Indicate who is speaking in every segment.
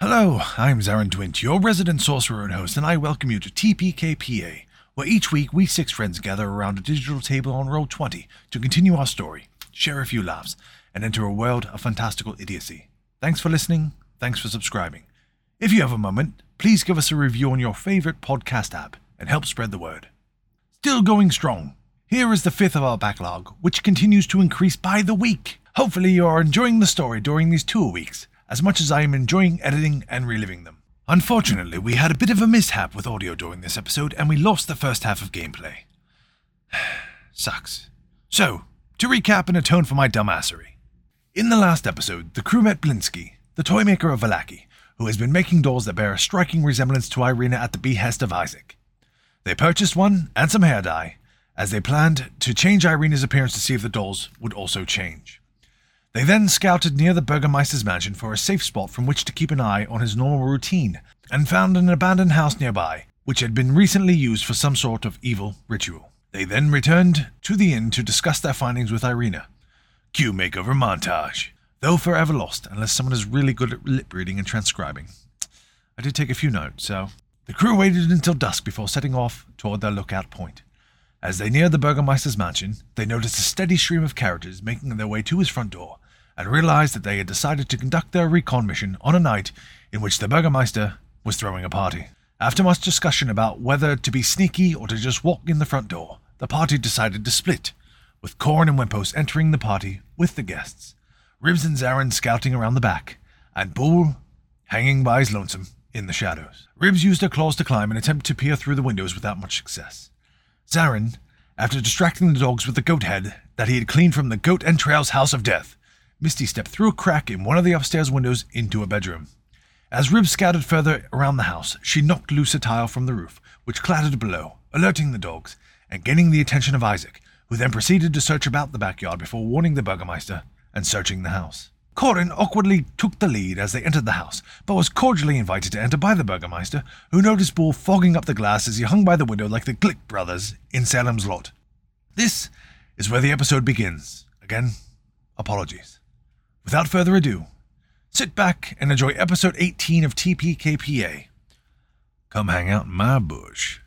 Speaker 1: Hello, I'm Zarin Dwint, your resident sorcerer and host, and I welcome you to TPKPA, where each week we six friends gather around a digital table on roll 20 to continue our story, share a few laughs, and enter a world of fantastical idiocy. Thanks for listening, thanks for subscribing. If you have a moment, please give us a review on your favorite podcast app and help spread the word. Still going strong. Here is the fifth of our backlog, which continues to increase by the week. Hopefully, you are enjoying the story during these two weeks, as much as I am enjoying editing and reliving them. Unfortunately, we had a bit of a mishap with audio during this episode, and we lost the first half of gameplay. Sucks. So, to recap and atone for my dumbassery. In the last episode, the crew met Blinsky, the toymaker of Valaki, who has been making dolls that bear a striking resemblance to Irina at the behest of Isaac. They purchased one and some hair dye, as they planned to change Irina's appearance to see if the dolls would also change. They then scouted near the Burgermeister's mansion for a safe spot from which to keep an eye on his normal routine, and found an abandoned house nearby, which had been recently used for some sort of evil ritual. They then returned to the inn to discuss their findings with Irina. Cue makeover montage. Though forever lost, unless someone is really good at lip reading and transcribing. I did take a few notes, so. The crew waited until dusk before setting off toward their lookout point. As they neared the Burgermeister's mansion, they noticed a steady stream of carriages making their way to his front door and realized that they had decided to conduct their recon mission on a night in which the Burgermeister was throwing a party. After much discussion about whether to be sneaky or to just walk in the front door, the party decided to split, with Korn and Wimpos entering the party with the guests, Ribs and Zarin scouting around the back, and Bull hanging by his lonesome in the shadows. Ribs used her claws to climb and attempt to peer through the windows without much success. Zarin, after distracting the dogs with the goat head that he had cleaned from the goat entrails house of death, Misty stepped through a crack in one of the upstairs windows into a bedroom. As Rib scouted further around the house, she knocked loose a tile from the roof, which clattered below, alerting the dogs and gaining the attention of Isaac, who then proceeded to search about the backyard before warning the burgomaster and searching the house. Corin awkwardly took the lead as they entered the house, but was cordially invited to enter by the burgomaster, who noticed Bull fogging up the glass as he hung by the window like the Glick brothers in Salem's Lot. This is where the episode begins. Again, apologies. Without further ado, sit back and enjoy episode 18 of TPKPA. Come hang out in my bush.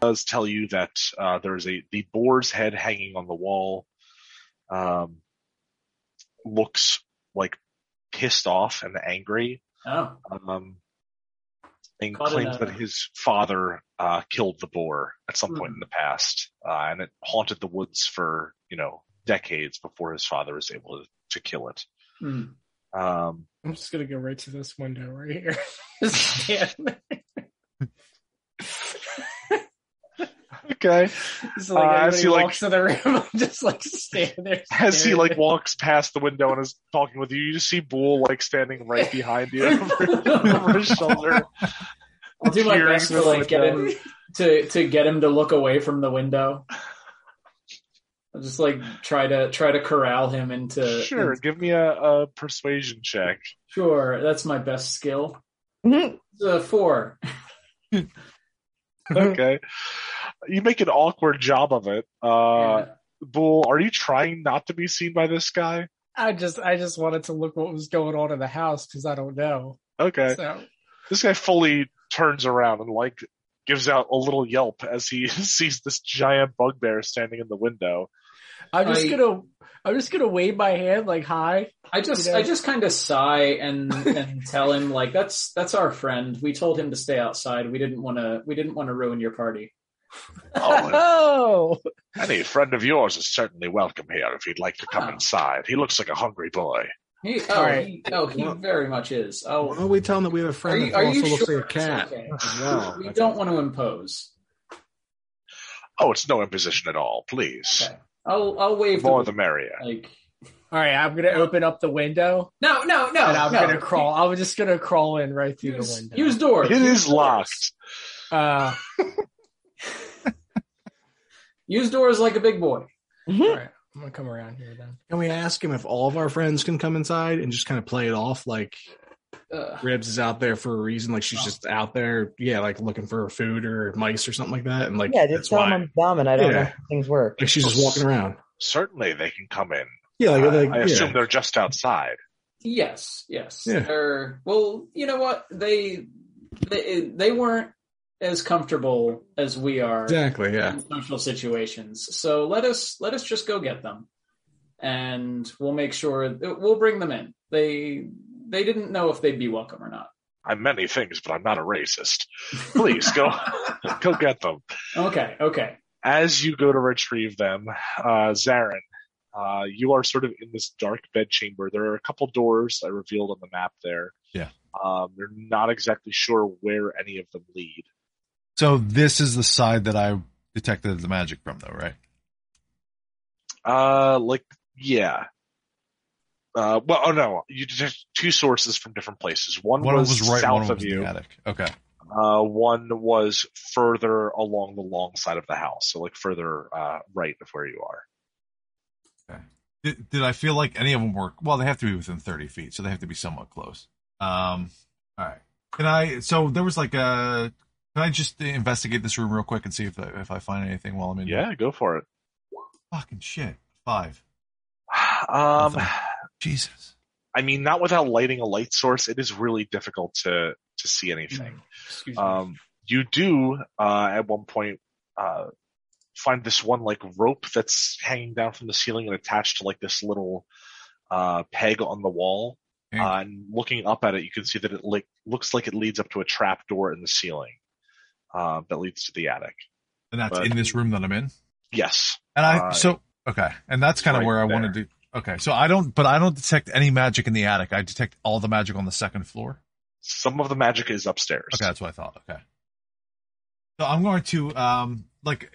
Speaker 2: does tell you that uh, there is a the boar's head hanging on the wall. Um, looks like pissed off and angry.
Speaker 3: Oh,
Speaker 2: Um, and
Speaker 3: Caught in
Speaker 2: claims
Speaker 3: a-
Speaker 2: that his father uh, killed the boar at some point in
Speaker 3: Hmm.
Speaker 2: the past, uh, and it haunted the woods for you know decades before his father was able to, to kill it.
Speaker 3: hmm.
Speaker 2: Um,
Speaker 4: I'm just gonna go right to this window right here. Just stand.
Speaker 2: okay.
Speaker 4: so like
Speaker 2: Uh, as
Speaker 4: everybody
Speaker 2: he, like-
Speaker 4: walks to the room, I'm just like stand there.
Speaker 2: As he
Speaker 4: staring.
Speaker 2: like walks past the window and is talking with you, you just see Bull like standing right behind you over, over his shoulder.
Speaker 3: I'll do my
Speaker 2: Peering
Speaker 3: best to
Speaker 2: through the
Speaker 3: like get
Speaker 2: window.
Speaker 3: him to to get him to look away from the window. I'll just like try to try to corral him into
Speaker 2: Sure,
Speaker 3: in-
Speaker 2: give me a, a persuasion check.
Speaker 3: sure, that's my best skill.
Speaker 5: Mhm.
Speaker 3: It's a four.
Speaker 2: Okay, you make an awkward job of it. Uh, Bull, are you trying not to be seen by this guy?
Speaker 4: I just I just wanted to look what was going on in the house because I don't know.
Speaker 2: Okay,
Speaker 4: So
Speaker 2: this guy fully turns around and like gives out a little yelp as he sees this giant bugbear standing in the window.
Speaker 4: I'm just
Speaker 3: I-
Speaker 4: gonna I'm just gonna wave my hand like hi.
Speaker 3: I just
Speaker 4: You know?
Speaker 3: I just kind of sigh and and tell him like that's that's our friend. We told him to stay outside. We didn't want to we didn't want to ruin your party.
Speaker 2: Oh,
Speaker 4: Oh,
Speaker 2: any friend of yours is certainly welcome here if you'd like to come
Speaker 3: Wow.
Speaker 2: inside. He looks like a hungry boy.
Speaker 3: He, oh,
Speaker 4: Alright.
Speaker 3: he, oh, he very much is. Oh,
Speaker 6: Why don't we tell him that we have a
Speaker 3: Are
Speaker 6: friend
Speaker 3: you,
Speaker 6: that
Speaker 3: are
Speaker 6: also
Speaker 3: you
Speaker 6: looks
Speaker 3: sure
Speaker 6: like a
Speaker 3: it's
Speaker 6: cat?
Speaker 3: okay?
Speaker 6: as well?
Speaker 3: We don't want to impose.
Speaker 2: Oh, it's no imposition at all. Please,
Speaker 3: Okay. I'll I'll
Speaker 2: the
Speaker 3: wave
Speaker 2: more
Speaker 3: the,
Speaker 2: the merrier.
Speaker 3: like
Speaker 4: all right. I'm gonna open up the window
Speaker 3: no no no.
Speaker 4: and I'm
Speaker 3: no.
Speaker 4: gonna crawl. I'm just gonna crawl in right through
Speaker 3: Use,
Speaker 4: the window.
Speaker 3: use doors.
Speaker 2: It
Speaker 3: use
Speaker 2: is
Speaker 3: doors.
Speaker 2: locked.
Speaker 4: Uh,
Speaker 3: Use doors like a big boy.
Speaker 4: Mm-hmm. all right. I'm gonna come around here then.
Speaker 5: Can we ask him if all of our friends can come inside and just kind of play it off like
Speaker 3: Uh,
Speaker 5: Ribs is out there for a reason? Like she's just out there, yeah, like looking for food or mice or something like that. And like
Speaker 6: yeah, just
Speaker 5: that's
Speaker 6: tell
Speaker 5: why
Speaker 6: them I'm dumb and I don't know
Speaker 5: Yeah.
Speaker 6: how things work.
Speaker 5: like she's just walking around.
Speaker 2: Certainly, they can come in.
Speaker 5: Yeah, like,
Speaker 2: Uh,
Speaker 5: like
Speaker 2: I assume
Speaker 5: yeah.
Speaker 2: they're just outside.
Speaker 3: yes, yes.
Speaker 5: Yeah.
Speaker 3: They're- well, you know what? They they they weren't as comfortable as we are
Speaker 5: exactly, yeah.
Speaker 3: in social situations. So let us let us just go get them, and we'll make sure we'll bring them in. They they didn't know if they'd be welcome or not.
Speaker 2: I'm many things, but I'm not a racist. Please go, go get them.
Speaker 3: Okay, okay.
Speaker 2: as you go to retrieve them, uh, Zarin, uh, you are sort of in this dark bedchamber. There are a couple doors I revealed on the map there.
Speaker 1: Yeah.
Speaker 2: Um, you're not exactly sure where any of them lead.
Speaker 1: So this is the side that I detected the magic from, though, right?
Speaker 2: Uh, like, yeah. Uh, well, oh no, you detect two sources from different places. One,
Speaker 1: One
Speaker 2: was,
Speaker 1: was right,
Speaker 2: south
Speaker 1: one
Speaker 2: of
Speaker 1: was in
Speaker 2: you.
Speaker 1: the attic. Okay.
Speaker 2: Uh, one was further along the long side of the house, so like further uh, right of where you are.
Speaker 1: Did, did I feel like any of them were? Well, they have to be within thirty feet, so they have to be somewhat close. Um. All right. Can I? So there was like a. Can I just investigate this room real quick and see if I, if I find anything while I'm in?
Speaker 2: Yeah, go for it.
Speaker 1: Fucking shit. Five.
Speaker 2: Um,
Speaker 1: Nothing. Jesus.
Speaker 2: I mean, not without lighting a light source, it is really difficult to to see anything.
Speaker 4: Excuse me.
Speaker 2: Um, you do uh, at one point uh, find this one like rope that's hanging down from the ceiling and attached to like this little uh, peg on the wall.
Speaker 1: Okay.
Speaker 2: Uh, and looking up at it, you can see that it like looks like it leads up to a trap door in the ceiling uh, that leads to the attic.
Speaker 1: And that's
Speaker 2: but-
Speaker 1: in this room that I'm in.
Speaker 2: Yes,
Speaker 1: And I
Speaker 2: Uh,
Speaker 1: so okay, and that's kind of
Speaker 2: right
Speaker 1: where I
Speaker 2: there.
Speaker 1: wanted to. Okay, so I don't, but I don't detect any magic in the attic. I detect all the magic on the second floor.
Speaker 2: some of the magic is upstairs.
Speaker 1: Okay, that's what I thought. Okay, so I'm going to um like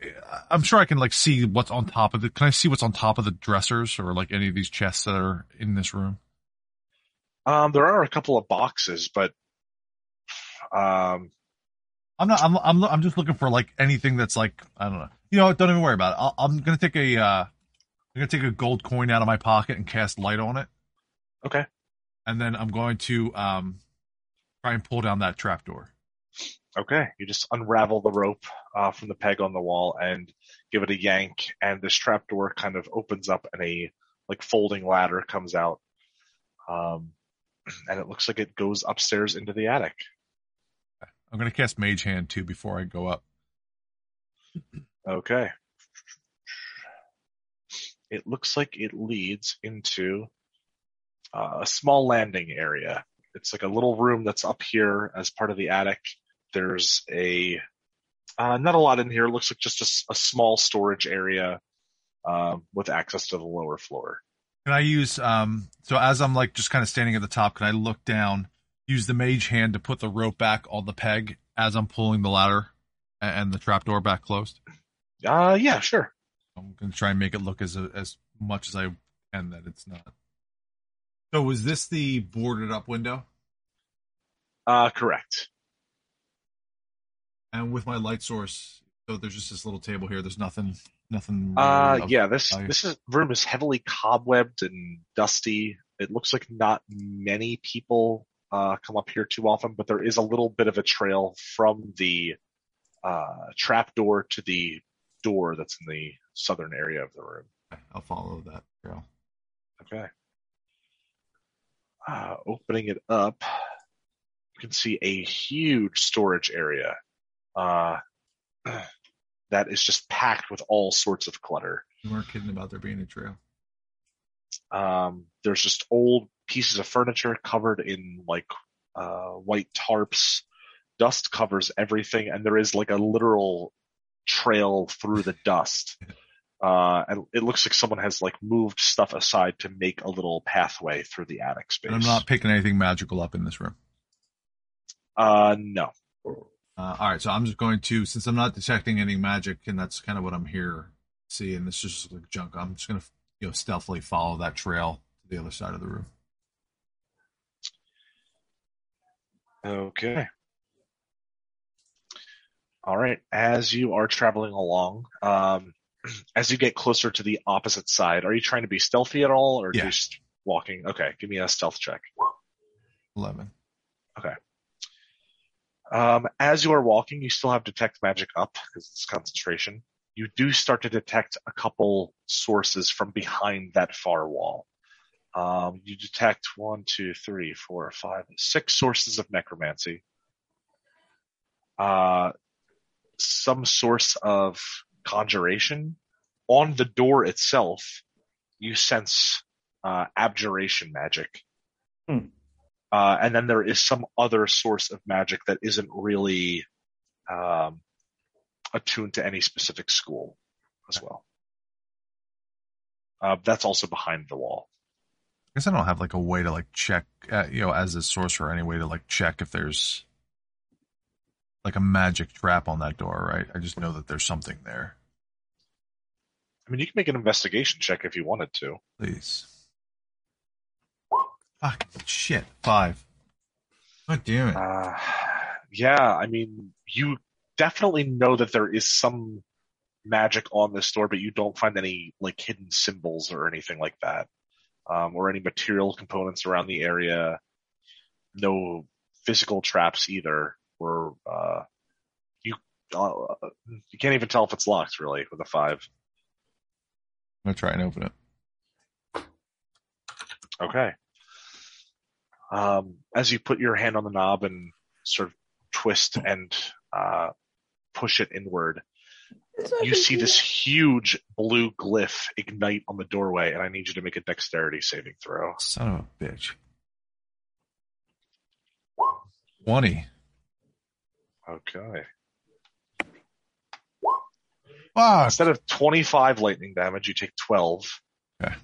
Speaker 1: I'm sure I can like see what's on top of the. Can I see what's on top of the dressers or like any of these chests that are in this room?
Speaker 2: Um, there are a couple of boxes, but um,
Speaker 1: I'm not. I'm. I'm. I'm just looking for like anything that's like I don't know. You know, what, don't even worry about it. I'll, I'm gonna take a. Uh, I'm gonna take a gold coin out of my pocket and cast light on it.
Speaker 2: Okay.
Speaker 1: And then I'm going to um, try and pull down that trapdoor.
Speaker 2: Okay, you just unravel the rope uh, from the peg on the wall and give it a yank, and this trapdoor kind of opens up, and a like folding ladder comes out, um, and it looks like it goes upstairs into the attic.
Speaker 1: I'm gonna cast Mage Hand too before I go up.
Speaker 2: Okay, it looks like it leads into uh, a small landing area. It's like a little room that's up here as part of the attic. There's a uh, not a lot in here. It looks like just a s- a, small storage area um, with access to the lower floor.
Speaker 1: Can I use um? So as I'm like just kind of standing at the top, can I look down, use the Mage Hand to put the rope back on the peg as I'm pulling the ladder a- and the trapdoor back closed?
Speaker 2: Uh, yeah, sure.
Speaker 1: I'm gonna try and make it look as as much as I can that it's not. So was this the boarded up window?
Speaker 2: Uh, correct.
Speaker 1: And with my light source, so there's just this little table here. There's nothing, nothing.
Speaker 2: Uh,
Speaker 1: really of-
Speaker 2: yeah. This
Speaker 1: I-
Speaker 2: this is, room is heavily cobwebbed and dusty. It looks like not many people uh, come up here too often, but there is a little bit of a trail from the uh, trap door to the door that's in the southern area of the room.
Speaker 1: I'll follow that trail.
Speaker 2: Okay. Uh, opening it up, you can see a huge storage area uh, that is just packed with all sorts of clutter.
Speaker 1: We weren't kidding about there being a trail.
Speaker 2: Um, there's just old pieces of furniture covered in like uh, white tarps. Dust covers everything, and there is like a literal trail through the dust. Uh, and it looks like someone has like moved stuff aside to make a little pathway through the attic space.
Speaker 1: And I'm not picking anything magical up in this room.
Speaker 2: Uh, no.
Speaker 1: Uh, all right, so I'm just going to, since I'm not detecting any magic, and that's kind of what I'm here to see, and this is just like junk. I'm just gonna, you know, stealthily follow that trail to the other side of the room.
Speaker 2: Okay. All right. As you are traveling along, um, as you get closer to the opposite side, are you trying to be stealthy at all, or
Speaker 1: Yeah.
Speaker 2: just walking? Okay, give me a stealth check.
Speaker 1: 11.
Speaker 2: Um, as you are walking, you still have detect magic up because it's concentration. You do start to detect a couple sources from behind that far wall. Um, you detect one, two, three, four, five, six sources of necromancy. Uh, some source of conjuration. On the door itself, you sense uh, abjuration magic. Uh, and then there is some other source of magic that isn't really um, attuned to any specific school as well. Uh, that's also behind the wall.
Speaker 1: I guess I don't have like a way to like check, uh, you know, as a sorcerer, any way to like check if there's like a magic trap on that door, right? I just know that there's something there.
Speaker 2: I mean, you can make an investigation check if you wanted to.
Speaker 1: Please. Fuck shit. Five. God damn it.
Speaker 2: Uh, yeah, I mean, you definitely know that there is some magic on this door, but you don't find any like hidden symbols or anything like that, um, or any material components around the area. No physical traps either. Or uh, you uh, you can't even tell if it's locked really with a five.
Speaker 1: I'm gonna try and open it.
Speaker 2: Okay. Um, as you put your hand on the knob and sort of twist and uh, push it inward, you see this huge blue glyph ignite on the doorway, and I need you to make a dexterity saving throw.
Speaker 1: Son of a bitch. 20.
Speaker 2: Okay.
Speaker 1: Fuck.
Speaker 2: Instead of 25 lightning damage, you take 12.
Speaker 1: Okay.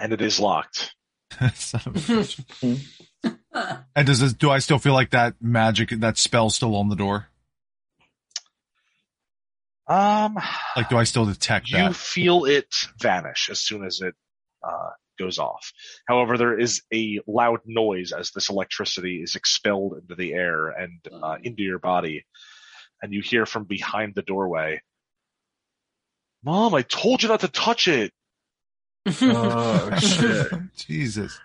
Speaker 2: And it is locked.
Speaker 1: Son of a bitch.
Speaker 2: Um,
Speaker 1: and does this, do I still feel like that magic, that spell still on the door?
Speaker 2: Um,
Speaker 1: Like, do I still detect
Speaker 2: you
Speaker 1: that?
Speaker 2: feel it vanish as soon as it uh, goes off. However, there is a loud noise as this electricity is expelled into the air and uh, into your body, and you hear from behind the doorway, "Mom, I told you not to touch it."
Speaker 5: Oh shit!
Speaker 1: Jesus.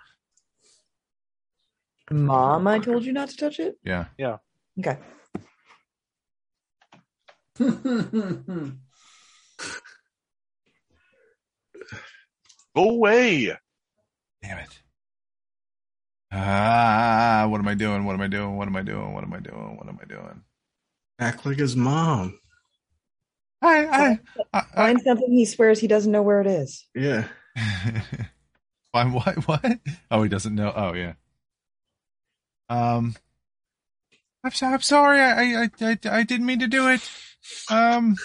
Speaker 6: Mom, I told you not to touch it.
Speaker 1: Yeah.
Speaker 6: Okay.
Speaker 2: Go away.
Speaker 1: Damn it. Ah, what am I doing? What am I doing? What am I doing? What am I doing? What am I doing?
Speaker 5: Act like his mom.
Speaker 1: I, I, I,
Speaker 6: Find something he swears he doesn't know where it is.
Speaker 5: Yeah.
Speaker 1: I. Fine, what? What? Oh, he doesn't know. Oh, yeah. Um, I'm, so, I'm sorry. I, I, I, I didn't mean to do it. Um,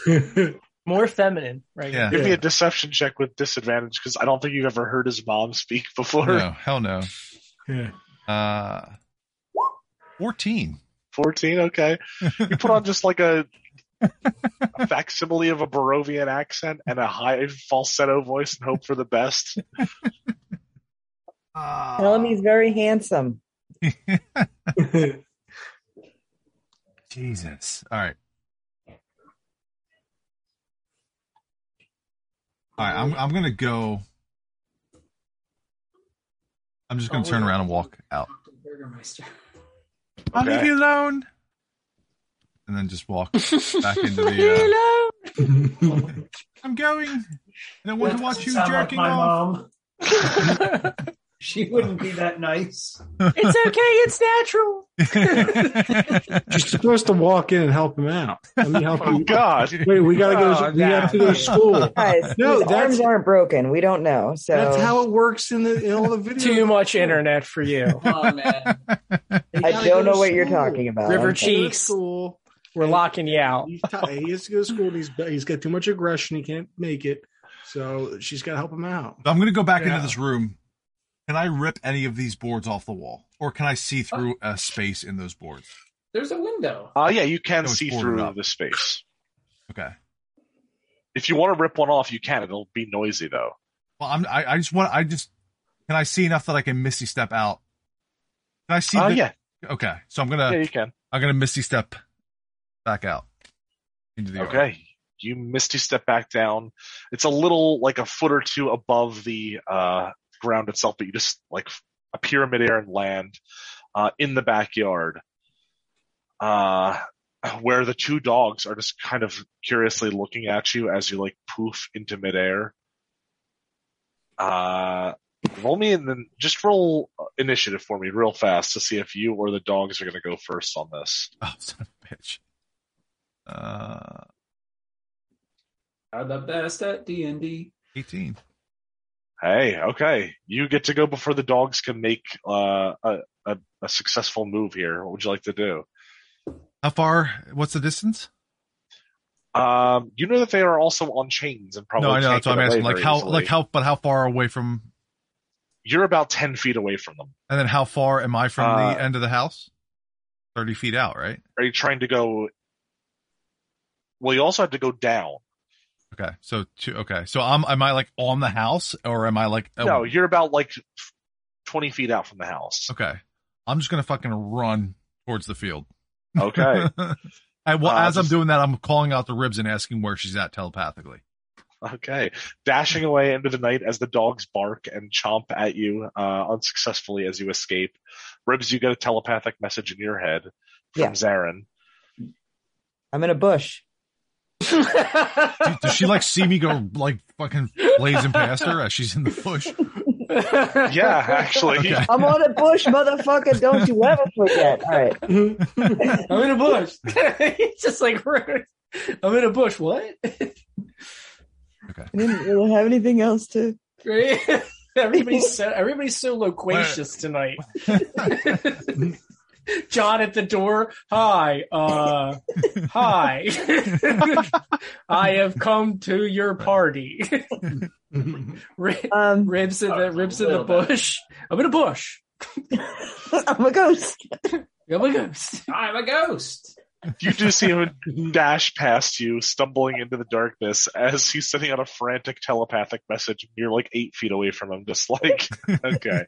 Speaker 4: More feminine, right?
Speaker 1: Yeah.
Speaker 2: Give me
Speaker 5: Yeah.
Speaker 2: a deception check with disadvantage because I don't think you've ever heard his mom speak before.
Speaker 1: no, hell no.
Speaker 5: yeah.
Speaker 1: Uh, 14.
Speaker 2: 14 okay you put on just like a, a facsimile of a barovian accent and a high falsetto voice and hope for the best
Speaker 6: Tell him he's very handsome.
Speaker 1: Jesus. All right. All right, I'm I'm gonna go. I'm just
Speaker 2: Oh,
Speaker 1: gonna turn around and walk out.
Speaker 3: Burgermeister.
Speaker 1: I'll leave
Speaker 2: Okay.
Speaker 1: you alone. And then just walk back into the. Uh,
Speaker 6: Hello.
Speaker 1: I'm going. I don't want
Speaker 7: That
Speaker 1: to watch
Speaker 7: doesn't
Speaker 1: you
Speaker 7: sound like
Speaker 1: jerking
Speaker 7: my
Speaker 1: off.
Speaker 7: mom. She wouldn't be that nice.
Speaker 4: It's okay. It's natural.
Speaker 5: You're supposed to walk in and help him out. Let me help
Speaker 2: oh
Speaker 5: you.
Speaker 2: god
Speaker 5: Wait, we gotta go.
Speaker 4: Oh,
Speaker 5: we have to go to school.
Speaker 6: Guys, his
Speaker 5: No, that's-
Speaker 6: arms aren't broken. We don't know. So
Speaker 5: That's how it works in the in all the videos.
Speaker 4: Too much internet for you.
Speaker 3: Oh man.
Speaker 6: I don't know what you're talking about.
Speaker 4: River
Speaker 6: Okay.
Speaker 5: Go to
Speaker 4: Cheeks.
Speaker 5: school.
Speaker 4: We're locking you out.
Speaker 5: He's t- he has to go to school. And he's he's got too much aggression. He can't make it. So she's got to help him out.
Speaker 1: I'm gonna go back
Speaker 5: Yeah.
Speaker 1: into this room. Can I rip any of these boards off the wall, or can I see through a space in those boards?
Speaker 3: There's a window.
Speaker 2: uh, yeah you can
Speaker 1: That was
Speaker 2: see
Speaker 1: boarded
Speaker 2: through
Speaker 1: up.
Speaker 2: the space
Speaker 1: Okay.
Speaker 2: if you want to rip one off you can it'll be noisy though
Speaker 1: Well, I'm, I, I just want. I just can I see enough that I can Misty step out. Can I see?
Speaker 2: oh
Speaker 1: the- uh,
Speaker 2: yeah
Speaker 1: Okay, so I'm
Speaker 2: yeah
Speaker 1: gonna
Speaker 2: you can
Speaker 1: I'm gonna Misty step back out into the yard.
Speaker 2: okay You misty step back down. It's a little like a foot or two above the uh, ground itself, but you just like appear midair and land uh, in the backyard, uh, where the two dogs are just kind of curiously looking at you as you like poof into midair. Uh, roll me and then just roll initiative for me real fast to see if you or the dogs are going to go first on this.
Speaker 1: Oh, son of a bitch. Uh,
Speaker 3: Are the best at D and D.
Speaker 1: 18.
Speaker 2: Hey, okay, you get to go before the dogs can make uh, a, a a successful move here. What would you like to do?
Speaker 1: How far? What's the distance?
Speaker 2: Um, you know that they are also on chains and probably
Speaker 1: no, I know.
Speaker 2: can't
Speaker 1: That's what
Speaker 2: get
Speaker 1: I'm
Speaker 2: away
Speaker 1: asking. Like
Speaker 2: very
Speaker 1: how,
Speaker 2: easily.
Speaker 1: like how, but how far away from,
Speaker 2: you're about ten feet away from them.
Speaker 1: and then how far am I from
Speaker 2: Uh,
Speaker 1: the end of the house? 30 feet out, right?
Speaker 2: Are you trying to go? Well, you also have to go down.
Speaker 1: Okay. So two, okay. So I'm, am I like on the house or am I like, oh,
Speaker 2: No, you're about like twenty feet out from the house.
Speaker 1: okay. I'm just going to fucking run towards the field.
Speaker 2: Okay,
Speaker 1: and well,
Speaker 2: Uh,
Speaker 1: as
Speaker 2: just-
Speaker 1: I'm doing that, I'm calling out the ribs and asking where she's at telepathically.
Speaker 2: okay, dashing away into the night as the dogs bark and chomp at you uh, unsuccessfully as you escape. Ribs, you get a telepathic message in your head from
Speaker 6: Yeah.
Speaker 2: Zarin.
Speaker 6: I'm in a bush.
Speaker 1: Dude, Does she like see me go like fucking blazing past her as she's in the bush?
Speaker 2: Yeah, actually.
Speaker 1: Okay.
Speaker 6: I'm on a bush, motherfucker. Don't you ever forget. All right.
Speaker 7: I'm in a bush. it's just like I'm in a bush. What?
Speaker 6: I didn't really have anything else to.
Speaker 7: Right? everybody's so everybody's so loquacious tonight. John at the door. Hi. Uh hi. I have come to your party. Ri-
Speaker 6: Um,
Speaker 7: ribs in
Speaker 3: Oh,
Speaker 7: the ribs in the bush. I'm in a bush.
Speaker 6: I'm a ghost.
Speaker 7: I'm a ghost.
Speaker 3: I'm a ghost.
Speaker 2: You do see him dash past you, stumbling into the darkness as he's sending out a frantic telepathic message. and You're like eight feet away from him, just like, okay.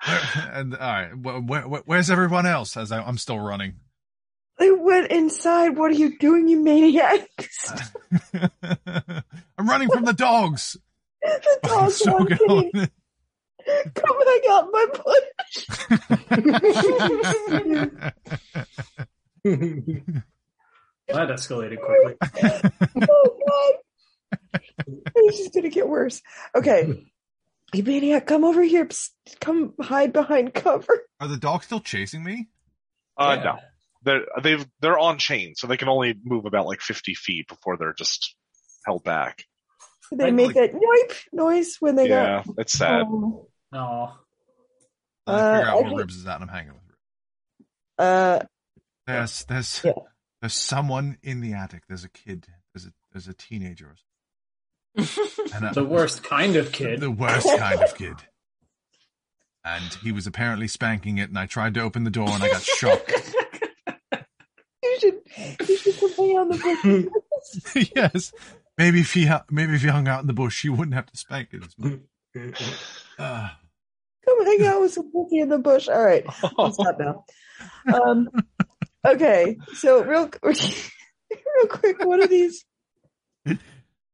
Speaker 1: and all right, wh- where, where, where's everyone else? As I, I'm still running.
Speaker 6: They went inside. What are you doing, you maniacs?
Speaker 1: I'm running from the dogs.
Speaker 6: the
Speaker 1: I'm
Speaker 6: dogs
Speaker 1: so
Speaker 6: want
Speaker 1: going.
Speaker 6: me. Come hang out in my bush.
Speaker 3: That escalated quickly.
Speaker 6: Oh, God. This is going to get worse. Okay. You maniac, come over here. Psst, come hide behind cover.
Speaker 1: Are the dogs still chasing me?
Speaker 2: Uh,
Speaker 3: Yeah.
Speaker 2: No, they're they've they're on chain, so they can only move about like fifty feet before they're just held back.
Speaker 6: They
Speaker 1: I'd
Speaker 6: make that noip noise when they
Speaker 2: yeah,
Speaker 6: got.
Speaker 2: it's sad.
Speaker 6: Oh.
Speaker 3: No.
Speaker 1: I gotta figure
Speaker 6: Uh,
Speaker 1: out
Speaker 6: I
Speaker 1: where
Speaker 6: think-
Speaker 1: ribs is at. And I'm hanging with. Ribs.
Speaker 6: Uh,
Speaker 1: There's there's
Speaker 6: Yeah.
Speaker 1: there's someone in the attic. There's a kid. There's a there's a teenager. or something. And, uh,
Speaker 3: The worst kind of kid.
Speaker 1: The worst kind of kid. And he was apparently spanking it, and I tried to open the door, and I got shocked.
Speaker 6: you should you should come hang out in the bush.
Speaker 1: yes, maybe if he hu- maybe if he hung out in the bush, you wouldn't have to spank it as much. Ah.
Speaker 6: Come hang out with some pussy in the bush. All right. I'll stop now. Um, okay. So real real quick, what are these?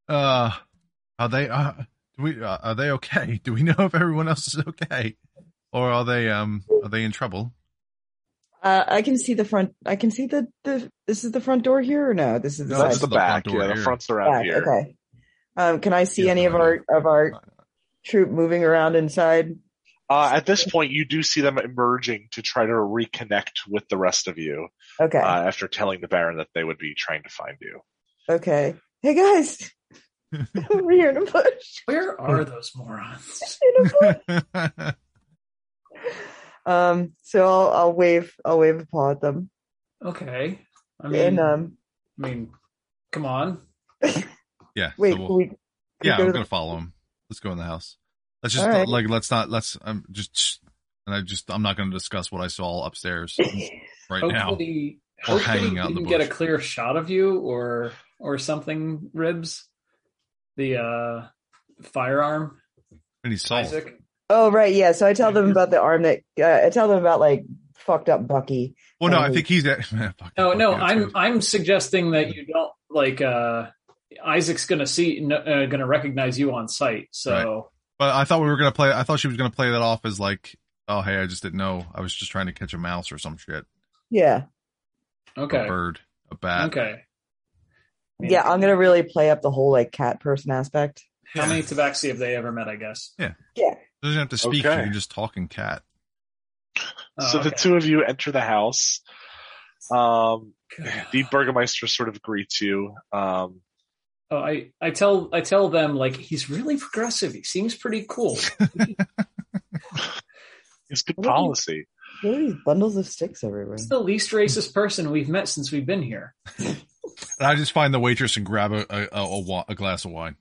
Speaker 1: Uh, are they? Uh, do we? Uh, are they okay? Do we know if everyone else is okay, or are they? Um, are they in trouble?
Speaker 6: Uh, I can see the front. I can see the, the this is the front door here or no? This is the
Speaker 1: No,
Speaker 6: side
Speaker 2: That's the
Speaker 1: the front
Speaker 2: back.
Speaker 1: door
Speaker 2: yeah, the
Speaker 1: here.
Speaker 2: front's around
Speaker 6: back.
Speaker 2: here.
Speaker 6: Okay. Um, can I see
Speaker 1: Yeah,
Speaker 6: any
Speaker 1: no
Speaker 6: of our
Speaker 1: idea.
Speaker 6: of our troop moving around inside?
Speaker 2: Uh, at this point, you do see them emerging to try to reconnect with the rest of you
Speaker 6: Okay.
Speaker 2: uh, after telling the Baron that they would be trying to find you.
Speaker 6: okay. Hey guys. Over here in a bush.
Speaker 3: Where are those morons?
Speaker 6: In a bush.
Speaker 1: Not.
Speaker 6: Um, so I'll, I'll wave. I'll wave a paw at them.
Speaker 3: Okay. I mean,
Speaker 6: And um,
Speaker 3: I mean, come on.
Speaker 1: yeah.
Speaker 6: wait.
Speaker 1: so
Speaker 6: can
Speaker 1: we'll-
Speaker 6: we, can we
Speaker 1: yeah,
Speaker 6: go
Speaker 1: I'm
Speaker 6: to
Speaker 1: gonna follow him. Let's go in the house. Let's just
Speaker 6: All right.
Speaker 1: like let's not let's I'm just and I just I'm not gonna discuss what I saw upstairs
Speaker 6: the-
Speaker 1: right now.
Speaker 3: Hopefully,
Speaker 1: Or
Speaker 3: hopefully
Speaker 1: hanging
Speaker 3: we
Speaker 1: out in the
Speaker 3: can get a
Speaker 1: bush.
Speaker 3: clear shot of you or or something. Ribs, the uh, firearm.
Speaker 1: And he saw it.
Speaker 3: Isaac.
Speaker 6: Oh right, yeah. So I tell them about the arm that uh, I tell them about like fucked up Bucky.
Speaker 1: Well, no, I
Speaker 6: Um,
Speaker 1: think he's at. Man, fuck,
Speaker 3: No,
Speaker 1: fuck
Speaker 3: no,
Speaker 1: you, it's
Speaker 3: I'm
Speaker 1: good.
Speaker 3: I'm suggesting that you don't like uh, Isaac's gonna see n- uh, gonna recognize you on sight. So
Speaker 8: But I thought we were gonna play. I thought she was gonna play that off as like, oh hey, I just didn't know. I was just trying to catch a mouse or some shit.
Speaker 6: Yeah.
Speaker 8: A
Speaker 3: okay,
Speaker 8: bird, a bat.
Speaker 3: okay.
Speaker 6: Yeah, I'm gonna really play up the whole like cat person aspect.
Speaker 3: How many Tabaxi have they ever met? I guess.
Speaker 8: She doesn't have to speak.
Speaker 2: Okay.
Speaker 8: You can just talk and cat.
Speaker 3: Oh,
Speaker 2: so the
Speaker 3: okay.
Speaker 2: two of you enter the house. Um, the Burgermeister sort of greets you. Um,
Speaker 3: Oh, I, I tell I tell them like he's really progressive. He seems pretty cool.
Speaker 2: it's good
Speaker 6: What do you-
Speaker 2: policy.
Speaker 6: What are these bundles of sticks everywhere?
Speaker 3: He's the least racist person we've met since we've been here.
Speaker 8: And I just find the waitress and grab a a, a, a, wa- a glass of wine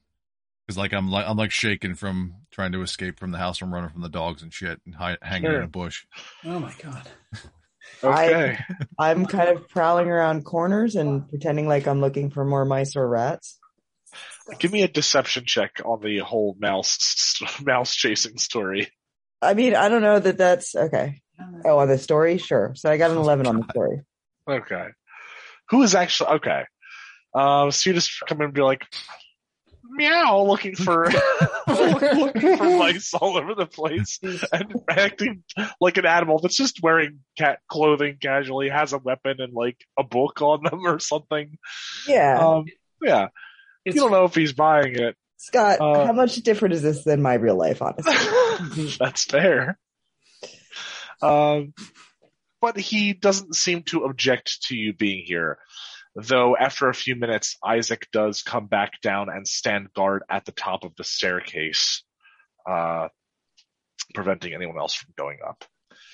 Speaker 8: because like I'm like I'm like shaking from trying to escape from the house from running from the dogs and shit and hi- hanging
Speaker 2: Sure.
Speaker 8: in a bush.
Speaker 3: Oh my god.
Speaker 6: I-
Speaker 2: Okay.
Speaker 6: I'm kind of prowling around corners and pretending like I'm looking for more mice or rats.
Speaker 2: Give me a deception check on the whole mouse mouse chasing story.
Speaker 6: I mean, I don't know that that's okay. Oh, on the story, sure. So I got an 11 on the story.
Speaker 2: Okay. Who is actually okay? Um, so you just come in and be like, meow, looking for looking for mice all over the place and acting like an animal that's just wearing cat clothing casually, has a weapon and like a book on them or something.
Speaker 6: Yeah,
Speaker 2: Um, yeah,
Speaker 3: It's
Speaker 2: you don't know if he's buying it.
Speaker 6: Scott,
Speaker 2: uh,
Speaker 6: how much different is this than my real life? Honestly,
Speaker 2: That's fair. Um, but he doesn't seem to object to you being here. Though after a few minutes, Isaac does come back down and stand guard at the top of the staircase, uh, preventing anyone else from going up.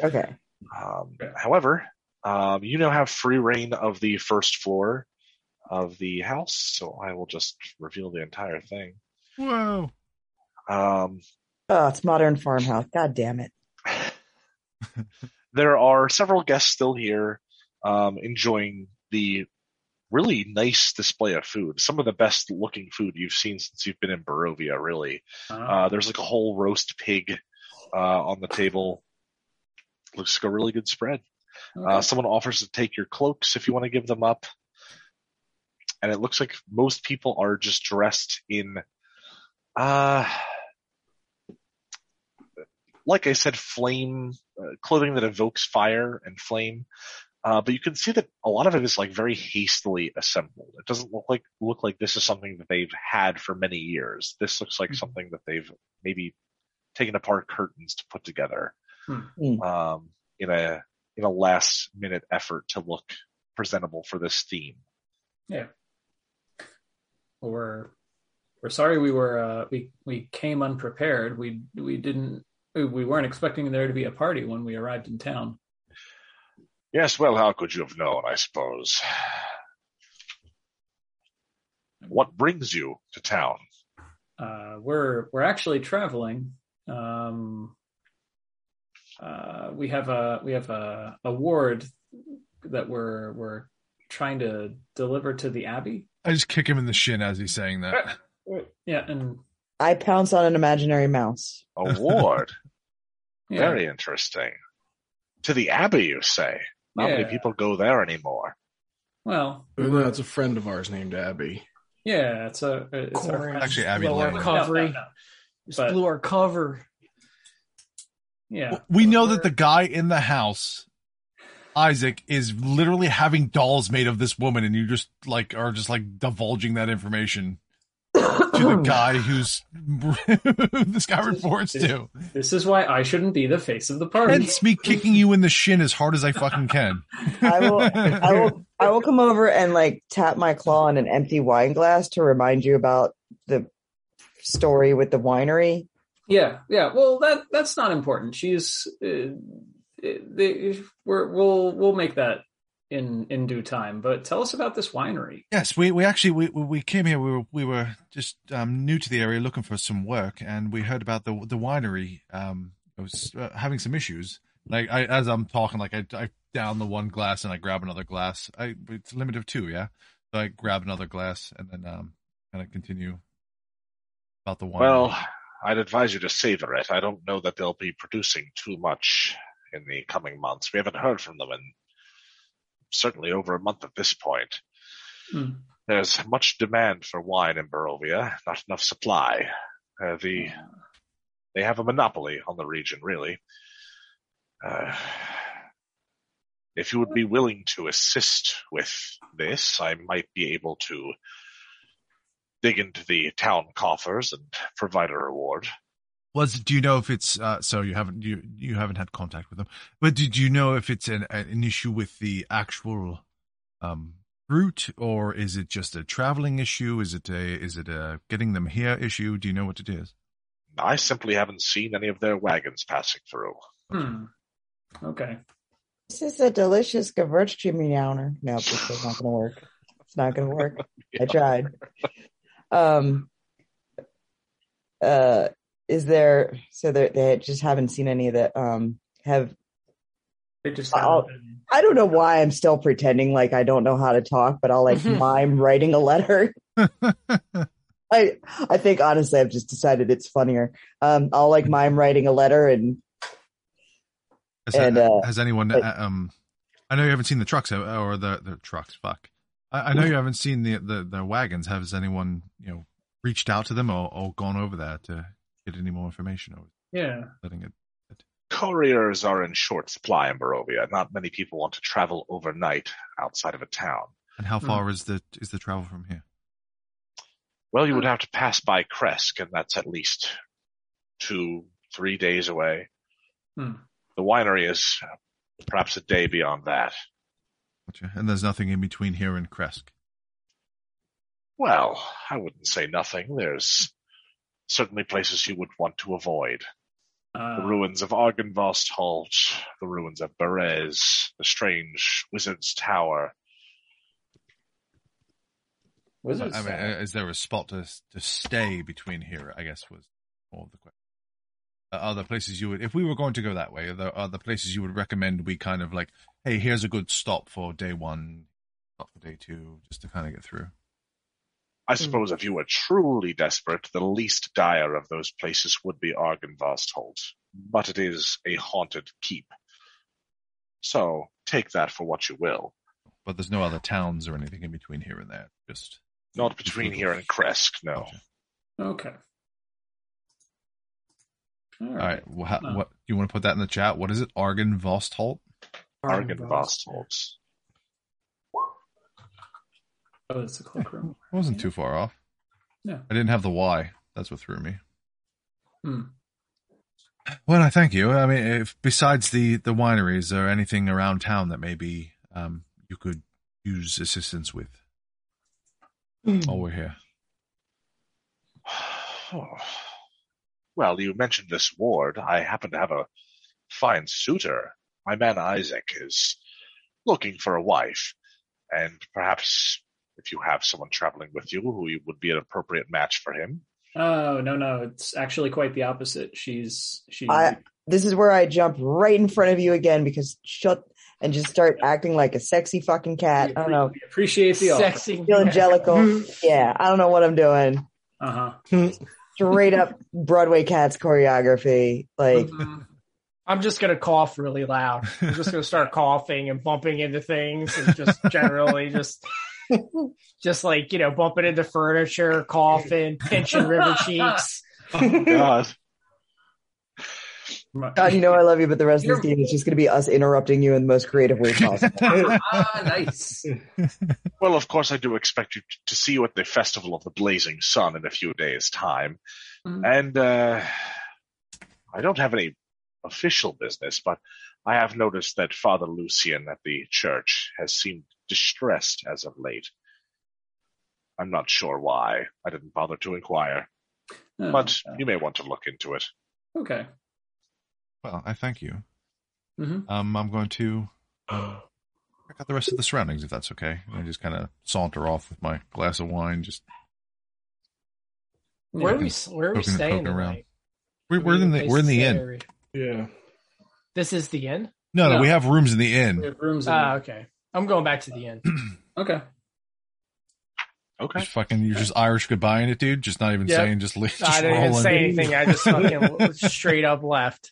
Speaker 6: okay.
Speaker 2: Um,
Speaker 3: Okay.
Speaker 2: However, um, you now have free reign of the first floor of the house, so I will just reveal the entire thing.
Speaker 8: Whoa!
Speaker 2: Um,
Speaker 6: Oh, it's modern farmhouse. God damn it.
Speaker 2: there are several guests still here um, enjoying the really nice display of food. Some of the best looking food you've seen since you've been in Barovia, really. Uh, there's like a whole roast pig uh, on the table. Looks like a really good spread. Uh, someone offers to take your cloaks if you want to give them up. And it looks like most people are just dressed in, uh, like I said, flame uh, clothing that evokes fire and flame. Uh, but you can see that a lot of it is like very hastily assembled. It doesn't look like look like this is something that they've had for many years. This looks like
Speaker 3: Mhm.
Speaker 2: something that they've maybe taken apart curtains to put together
Speaker 3: Hmm.
Speaker 6: Hmm.
Speaker 2: um, in a in a last minute effort to look presentable for this theme.
Speaker 3: or we're sorry we were uh, we we came unprepared. We we didn't we weren't expecting there to be a party when we arrived in town.
Speaker 2: Yes, well, how could you have known, I suppose? What brings you to town?
Speaker 3: Uh, we're we're actually traveling. Um, uh, we have a we have a award that we're we're trying to deliver to the abbey.
Speaker 8: I just kick him in the shin as he's saying
Speaker 3: Uh,
Speaker 8: that.
Speaker 3: Yeah, and
Speaker 6: I pounce on an imaginary mouse.
Speaker 2: Award.
Speaker 3: yeah,
Speaker 2: Very interesting. To the Abbey, you say? Not many
Speaker 3: yeah.
Speaker 2: people go there anymore.
Speaker 3: Well,
Speaker 5: No, it's a friend of ours named Abby.
Speaker 3: yeah, it's a it's our
Speaker 4: Corinth.
Speaker 8: Actually, Abby
Speaker 4: Blow our
Speaker 8: Lane.
Speaker 4: cover.
Speaker 3: No, no, no.
Speaker 4: Just
Speaker 3: But-
Speaker 4: blew our cover.
Speaker 3: Yeah,
Speaker 8: We know that the guy in the house, Isaac, is literally having dolls made of this woman, and you just like are just like divulging that information to
Speaker 6: Oh.
Speaker 8: the guy who's this guy reports to.
Speaker 3: this is why I shouldn't be the face of the party.
Speaker 8: Hence me kicking you in the shin as hard as I fucking can.
Speaker 6: I will, I will, I will come over and like tap my claw on an empty wine glass to remind you about the story with the winery.
Speaker 3: Yeah, yeah. Well, that that's not important. She's uh, they, we're, we'll we'll make that in in due time. But tell us about this winery.
Speaker 8: Yes, we, we actually we we- we came here. We were we were just um, new to the area, looking for some work, and we heard about the the winery. Um, it was uh, having some issues. Like I, as I'm talking, like I, I down the one glass and I grab another glass. I it's a limit of two, yeah. So I grab another glass and then um kind of continue about the wine.
Speaker 2: Well, I'd advise you to savor it. I don't know that they'll be producing too much in the coming months. We haven't heard from them in certainly over a month at this point.
Speaker 3: Hmm.
Speaker 2: There's much demand for wine in Barovia, not enough supply. Uh, the they have a monopoly on the region, really. Uh, if you would be willing to assist with this, I might be able to dig into the town coffers and provide a reward.
Speaker 8: Was do you know if it's uh, so you haven't you you haven't had contact with them, but did you know if it's an an issue with the actual um, route or is it just a traveling issue? Is it a is it a getting them here issue? Do you know what it is?
Speaker 2: I simply haven't seen any of their wagons passing through.
Speaker 3: Hmm. Okay.
Speaker 6: This is a delicious Gewürztraminer. No, this is not going to work. It's not going to work. I tried. Um. Uh, is there? So they they just haven't seen any of the um have.
Speaker 3: They just
Speaker 6: I'll- I don't know why I'm still pretending like I don't know how to talk, but I'll like mime writing a letter. I I think honestly, I've just decided it's funnier. Um, I'll like mime writing a letter and
Speaker 8: Has,
Speaker 6: And,
Speaker 8: uh,
Speaker 6: uh,
Speaker 8: has anyone?
Speaker 6: but-
Speaker 8: uh, um, I know you haven't seen the trucks uh, or the the trucks. Fuck. I, I know you haven't seen the, the the wagons. Has anyone you know reached out to them or, or gone over there to get any more information or
Speaker 3: Yeah.
Speaker 8: letting it?
Speaker 2: Couriers are in short supply in Barovia. Not many people want to travel overnight outside of a town.
Speaker 8: And how
Speaker 3: Hmm.
Speaker 8: far is the is the travel from here?
Speaker 2: Well, you would have to pass by Kresk, and that's at least two, three days away.
Speaker 3: Hmm.
Speaker 2: The winery is perhaps a day beyond that.
Speaker 8: Gotcha. And there's nothing in between here and Kresk.
Speaker 2: Well, I wouldn't say nothing. There's certainly places you would want to avoid. The
Speaker 3: Uh,
Speaker 2: ruins of Argenvost Halt, the ruins of Berez, the strange Wizard's Tower.
Speaker 7: Wizards.
Speaker 8: But, I mean, uh, is there a spot to to stay between here? I guess was all the question. Uh, Are there places you would, if we were going to go that way, are there, are there places you would recommend we kind of like, hey, here's a good stop for day one, stop for day two, just to kind of get through?
Speaker 2: I suppose if you were truly desperate, the least dire of those places would be Argenvost Holt, but it is a haunted keep. So take that for what you will.
Speaker 8: But there's no other towns or anything in between here and there. Just
Speaker 2: Not between here and Kresk, no.
Speaker 8: Gotcha.
Speaker 3: okay. All
Speaker 8: All
Speaker 3: right.
Speaker 8: right. Well, how,
Speaker 3: No.
Speaker 8: What you want to put that in the chat? What is it? Argon Vostholt.
Speaker 2: Argenvost Holt.
Speaker 3: Oh, it's a cloakroom.
Speaker 8: I wasn't too far off.
Speaker 3: Yeah.
Speaker 8: I didn't have the Y. That's what threw me.
Speaker 3: Hmm.
Speaker 8: Well, I thank you. I mean, if besides the the winery, is there anything around town that maybe um, you could use assistance with while we're here?
Speaker 2: Well, you mentioned this ward. I happen to have a fine suitor. My man Isaac is looking for a wife, and perhaps if you have someone traveling with you who would be an appropriate match for him.
Speaker 3: Oh no, no, it's actually quite the opposite. She's she.
Speaker 6: I- this is where I jump right in front of you again because shut and just start acting like a sexy fucking cat. I don't know.
Speaker 3: We appreciate the offer.
Speaker 7: Sexy.
Speaker 6: Evangelical. Yeah, I don't know what I'm doing.
Speaker 3: Uh huh.
Speaker 6: Straight up Broadway cats choreography. Like
Speaker 3: Mm-hmm.
Speaker 4: I'm just gonna cough really loud. I'm just gonna start coughing and bumping into things and just generally just just like, you know, bumping into furniture, coughing, pinching river cheeks.
Speaker 2: God.
Speaker 6: God, you know I love you, but the rest of this
Speaker 3: You're-
Speaker 6: game is just gonna be us interrupting you in the most creative way possible.
Speaker 3: ah, nice.
Speaker 2: Well, of course, I do expect you t- to see you at the Festival of the Blazing Sun in a few days' time.
Speaker 3: Mhm.
Speaker 2: And uh, I don't have any official business, but I have noticed that Father Lucian at the church has seemed distressed as of late. I'm not sure why. I didn't bother to inquire,
Speaker 3: Oh,
Speaker 2: but you may want to look into it.
Speaker 3: okay.
Speaker 8: Well, I thank you.
Speaker 3: Mhm.
Speaker 8: Um, I'm going to um, check out the rest of the surroundings if that's okay. And I just kind of saunter off with my glass of wine, just
Speaker 4: Where are
Speaker 8: Yeah.
Speaker 4: we where are we
Speaker 8: Poking-
Speaker 4: staying
Speaker 8: poking around.
Speaker 4: tonight?
Speaker 8: We're,
Speaker 4: Do
Speaker 8: we're
Speaker 4: need a
Speaker 8: in the
Speaker 4: place
Speaker 8: we're in
Speaker 4: to
Speaker 8: the
Speaker 4: stay,
Speaker 8: inn.
Speaker 4: or-
Speaker 5: Yeah.
Speaker 4: This is the inn?
Speaker 8: No, no,
Speaker 3: No.
Speaker 8: we have rooms in the
Speaker 3: We
Speaker 8: inn.
Speaker 3: have rooms. In
Speaker 4: Ah, okay. I'm going back to the inn.
Speaker 3: okay.
Speaker 2: Okay.
Speaker 8: Just fucking, you're just Irish goodbye in it, dude. Just not even
Speaker 4: Yep.
Speaker 8: saying, just, li- just
Speaker 4: I didn't even
Speaker 8: roll in.
Speaker 4: say anything. I just fucking straight up left.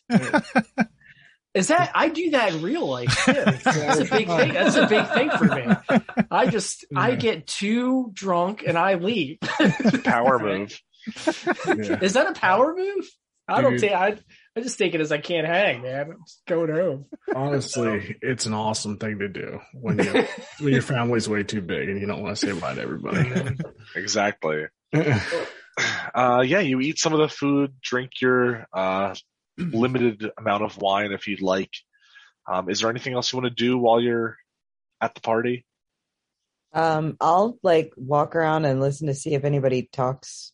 Speaker 4: Is that I do that in real life too. That's a big thing. That's a big thing for me. I just I
Speaker 5: Yeah.
Speaker 4: get too drunk and I leave.
Speaker 2: Power move.
Speaker 5: Yeah.
Speaker 4: Is that a power move? I don't
Speaker 5: Dude.
Speaker 4: think I I just take it as I can't hang, man. I'm just going home.
Speaker 5: Honestly, it's an awesome thing to do when you when your family's way too big and you don't want to say bye to everybody.
Speaker 2: Exactly. Uh, yeah, you eat some of the food, drink your uh, limited amount of wine if you'd like. Um, is there anything else you want to do while you're at the party?
Speaker 6: Um, I'll like walk around and listen to see if anybody talks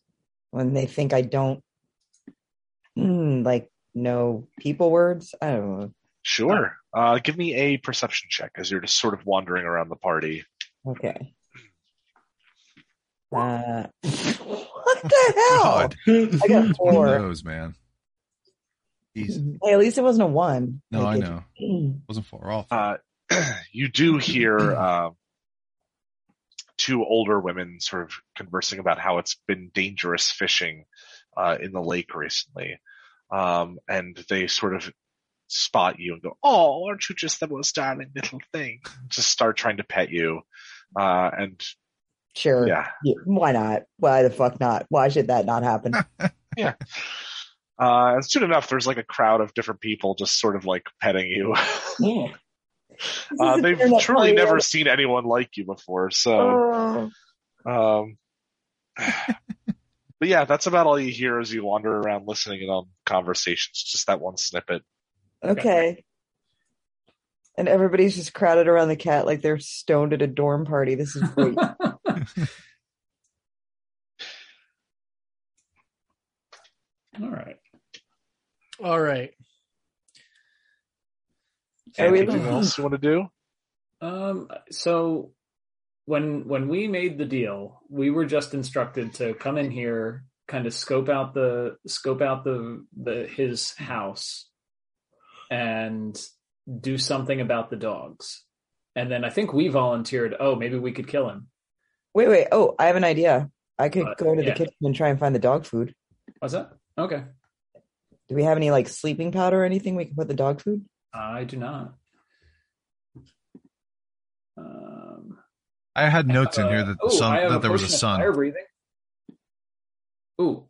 Speaker 6: when they think I don't mm, like know people words. I don't know.
Speaker 2: Sure. Uh, give me a perception check as you're just sort of wandering around the party.
Speaker 6: Okay. Uh, what the hell?
Speaker 8: God,
Speaker 6: I got
Speaker 8: one of
Speaker 6: four.
Speaker 8: those, man. Jeez.
Speaker 6: Hey, at least it wasn't a one.
Speaker 8: No, I
Speaker 6: Like,
Speaker 8: know.
Speaker 6: it-
Speaker 8: Wasn't far off.
Speaker 2: Uh, you do hear uh, two older women sort of conversing about how it's been dangerous fishing uh, in the lake recently. Um, and they sort of spot you and go, Oh, aren't you just the most darling little thing? Just start trying to pet you. Uh, and
Speaker 6: Sure.
Speaker 2: yeah,
Speaker 6: Yeah, Why not? Why the fuck not? Why should that not happen?
Speaker 2: uh, and soon enough, there's like a crowd of different people just sort of like petting you.
Speaker 7: Yeah.
Speaker 6: This
Speaker 2: Uh,
Speaker 6: is
Speaker 2: they've
Speaker 6: internet
Speaker 2: truly
Speaker 6: party.
Speaker 2: never seen anyone like you before, so.
Speaker 6: Oh.
Speaker 2: Um, but yeah, that's about all you hear as you wander around listening in on conversations. Just that one snippet.
Speaker 6: Okay. And everybody's just crowded around the cat like they're stoned at a dorm party. This is great.
Speaker 7: All right.
Speaker 4: All right.
Speaker 6: Are we-
Speaker 2: Anything else you want to do?
Speaker 3: Um, so when when we made the deal, we were just instructed to come in here, kind of scope out the scope out the the his house and do something about the dogs. And then I think we volunteered, oh, maybe we could kill him.
Speaker 6: Wait, wait. Oh, I have an idea. I could
Speaker 3: Uh,
Speaker 6: go to the
Speaker 3: yeah.
Speaker 6: kitchen and try and find the dog food.
Speaker 3: Was that? Okay.
Speaker 6: Do we have any like sleeping powder or anything we can put the dog food?
Speaker 3: I do not. Um
Speaker 8: I had notes in
Speaker 3: Uh,
Speaker 8: here that the
Speaker 3: ooh, I
Speaker 8: sun
Speaker 3: have
Speaker 8: that there was a
Speaker 3: potion of
Speaker 8: sun.
Speaker 3: Fire breathing. Ooh,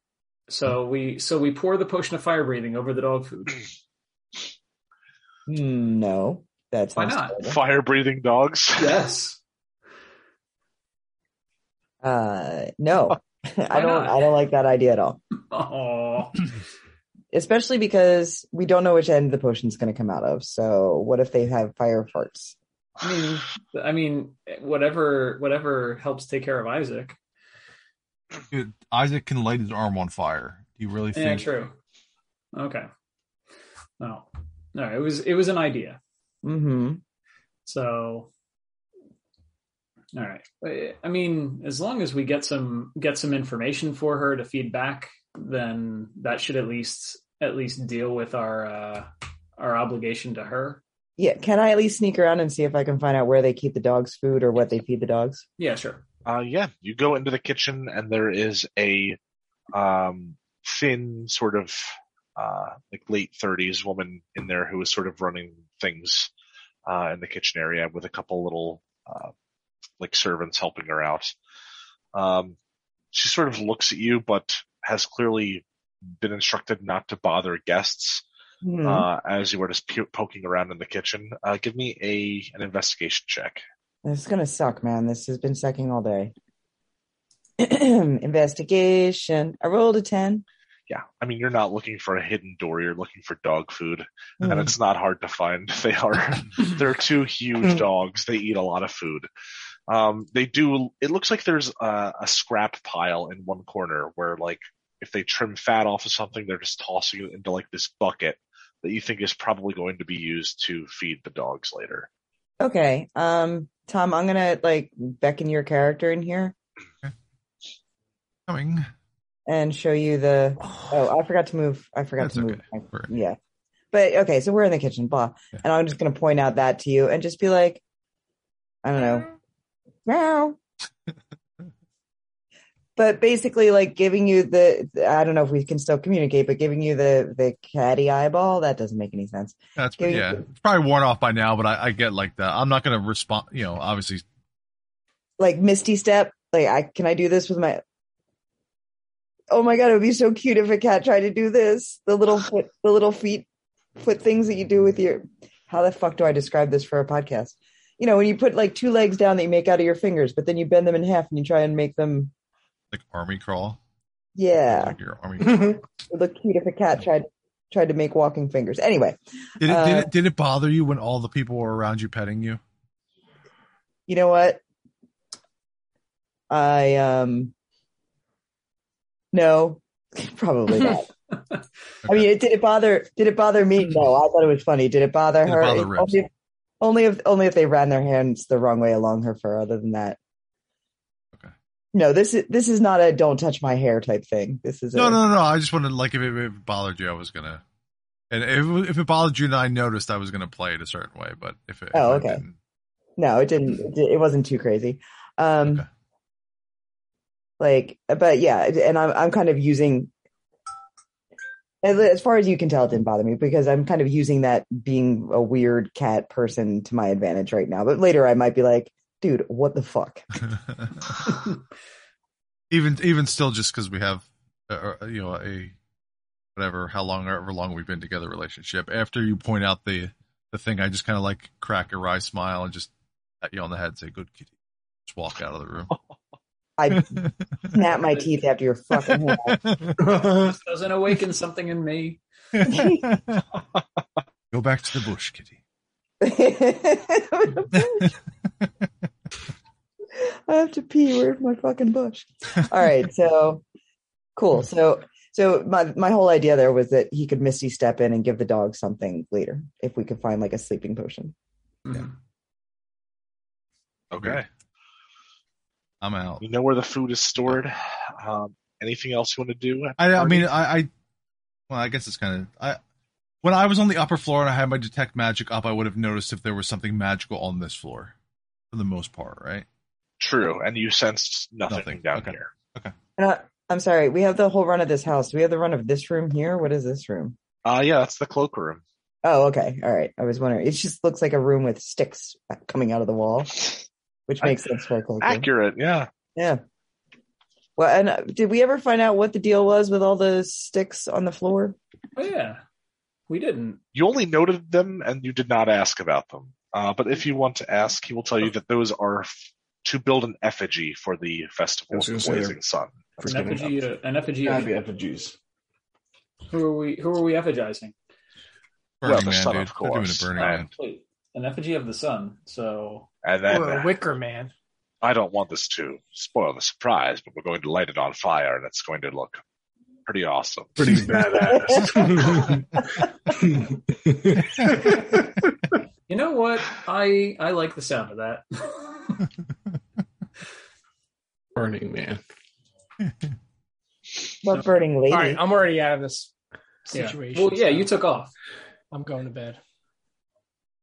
Speaker 3: so we so we pour the potion of fire breathing over the dog food.
Speaker 6: Hmm, no, that's
Speaker 3: Why not?
Speaker 2: Fire breathing dogs.
Speaker 3: yes.
Speaker 6: Uh, no, I
Speaker 3: Why
Speaker 6: don't.
Speaker 3: not?
Speaker 6: I don't like that idea at all.
Speaker 3: Oh,
Speaker 6: Especially because we don't know which end the potion's going to come out of. So, what if they have fire farts?
Speaker 3: I mean, I mean, whatever whatever helps take care of Isaac.
Speaker 8: Dude, Isaac can light his arm on fire. Do you really
Speaker 3: Yeah,
Speaker 8: think?
Speaker 3: true. Okay. Well, no, it was it was an idea.
Speaker 6: Mm-hmm.
Speaker 3: So, all right. I mean, as long as we get some get some information for her to feed back, then that should at least at least deal with our uh, our obligation to her.
Speaker 6: Yeah. Can I at least sneak around and see if I can find out where they keep the dogs' food or what they feed the dogs?
Speaker 3: Yeah, sure.
Speaker 2: Uh, yeah, you go into the kitchen and there is a um, thin, sort of uh, like late 30s woman in there who is sort of running things uh, in the kitchen area with a couple little uh, like servants helping her out. Um, she sort of looks at you, but has clearly been instructed not to bother guests
Speaker 6: Hmm.
Speaker 2: uh, as you were just p- poking around in the kitchen. Uh, give me a an investigation check.
Speaker 6: This is gonna suck, man. This has been sucking all day. Investigation. I rolled a ten.
Speaker 2: Yeah, I mean, you're not looking for a hidden door. You're looking for dog food,
Speaker 6: Mm-hmm.
Speaker 2: and it's not hard to find. They are they're two huge dogs. They eat a lot of food. Um, they do. It looks like there's a, a scrap pile in one corner where, like, if they trim fat off of something, they're just tossing it into like this bucket that you think is probably going to be used to feed the dogs later.
Speaker 6: Okay. Um, Tom, I'm gonna like beckon your character in here
Speaker 8: Coming.
Speaker 6: and show you the. Oh, I forgot to move. I forgot
Speaker 8: That's
Speaker 6: to move.
Speaker 8: okay. We're-
Speaker 6: Yeah. But okay, so we're in the kitchen, blah.
Speaker 8: Yeah.
Speaker 6: And I'm just gonna point out that to you and just be like, I don't know, meow. but basically like giving you the I don't know if we can still communicate, but giving you the the catty eyeball that doesn't make any sense.
Speaker 8: That's
Speaker 6: Giving-
Speaker 8: yeah. It's probably worn off by now, but I, I get like that. I'm not gonna respond. You know, obviously,
Speaker 6: Like Misty Step, like I can I do this with my? Oh my god, it would be so cute if a cat tried to do this. The little foot, the little feet, foot things that you do with your. How the fuck do I describe this for a podcast? You know, when you put like two legs down that you make out of your fingers, but then you bend them in half and you try and make them.
Speaker 8: like army crawl.
Speaker 6: Yeah,
Speaker 8: Like your army.
Speaker 6: it would look cute if a cat tried tried to make walking fingers. Anyway,
Speaker 8: Did it, did
Speaker 6: Uh,
Speaker 8: it did it bother you when all the people were around you petting you?
Speaker 6: you know what? I um no, probably not. I mean, it, did it bother? Did it bother me? No, I thought it was funny. Did it bother
Speaker 8: Did it
Speaker 6: her?
Speaker 8: bother
Speaker 6: It-
Speaker 8: Ribs?
Speaker 6: only, if, only if only if they ran their hands the wrong way along her fur. Other than that,
Speaker 8: Okay.
Speaker 6: No, this is this is not a "don't touch my hair" type thing. This is
Speaker 8: No,
Speaker 6: a,
Speaker 8: no, no, no. I just wanted like if it, if it bothered you, I was gonna. And if if it bothered you, and I noticed, I was gonna play it a certain way. But if it,
Speaker 6: Oh,
Speaker 8: if I
Speaker 6: okay.
Speaker 8: didn't-
Speaker 6: No, it didn't. It, di- it wasn't too crazy. Um,
Speaker 8: Okay.
Speaker 6: like, but yeah, and I'm I'm kind of using. As as far as you can tell, it didn't bother me because I'm kind of using that being a weird cat person to my advantage right now. But later, I might be like, "Dude, what the fuck?"
Speaker 8: even even still, just because we have, uh, uh, you know, a whatever how long ever long we've been together relationship. After you point out the the thing, I just kind of like crack a wry smile and just pat you on the head, and say "good kitty," just walk out of the room.
Speaker 6: I snap my teeth after your fucking hand.
Speaker 3: This doesn't awaken something in me.
Speaker 8: Go back to the bush, kitty.
Speaker 6: I have to pee. Where's my fucking bush? All right, so cool. So so my my whole idea there was that he could Misty step in and give the dog something later if we could find like a sleeping potion.
Speaker 3: Mhm.
Speaker 2: Okay.
Speaker 8: I'm out.
Speaker 2: We know where the food is stored. Um, anything else you want to do? at the
Speaker 8: I, I
Speaker 2: party?
Speaker 8: mean, I, I, well, I guess it's kind of. I when I was on the upper floor and I had my detect magic up, I would have noticed if there was something magical on this floor, for the most part, right?
Speaker 2: true. And you sensed nothing,
Speaker 8: Nothing.
Speaker 2: down
Speaker 8: Okay.
Speaker 2: here.
Speaker 6: And I, I'm sorry, we have the whole run of this house. Do we have the run of this room here? What is this room?
Speaker 2: Uh, yeah, that's the cloakroom.
Speaker 6: Oh, okay. All right. I was wondering. It just looks like a room with sticks coming out of the wall, which makes sense for a cloakroom.
Speaker 2: Accurate, yeah.
Speaker 6: Yeah. Well, and uh, did we ever find out what the deal was with all the sticks on the floor?
Speaker 3: Oh yeah, we didn't.
Speaker 2: You only noted them and you did not ask about them. Uh, but if you want to ask, he will tell
Speaker 5: Oh.
Speaker 2: you that those are f- to build an effigy for the
Speaker 5: I
Speaker 2: Festival
Speaker 5: was
Speaker 2: of the
Speaker 5: gonna say
Speaker 2: Blazing Sun.
Speaker 5: For
Speaker 3: An effigy. uh, An effigy.
Speaker 5: Gotta be
Speaker 3: of-
Speaker 5: effigies.
Speaker 3: Who are we? Who are we ephigizing?
Speaker 2: Well,
Speaker 8: Burning
Speaker 2: the
Speaker 8: Man,
Speaker 2: sun,
Speaker 8: dude.
Speaker 2: of
Speaker 8: They're doing
Speaker 2: course.
Speaker 8: a Burning
Speaker 2: Um,
Speaker 8: Man.
Speaker 3: Wait, an effigy of the sun. So
Speaker 2: And then uh,
Speaker 4: Or a wicker man.
Speaker 2: I don't want this to spoil the surprise, but we're going to light it on fire and it's going to look pretty awesome.
Speaker 5: Pretty badass.
Speaker 3: you know what? I I like the sound of that.
Speaker 5: Burning Man.
Speaker 6: What burning lady?
Speaker 4: All right, I'm already out of this
Speaker 3: Yeah.
Speaker 4: situation.
Speaker 3: Well, yeah,
Speaker 4: so
Speaker 3: you took off.
Speaker 4: I'm going to bed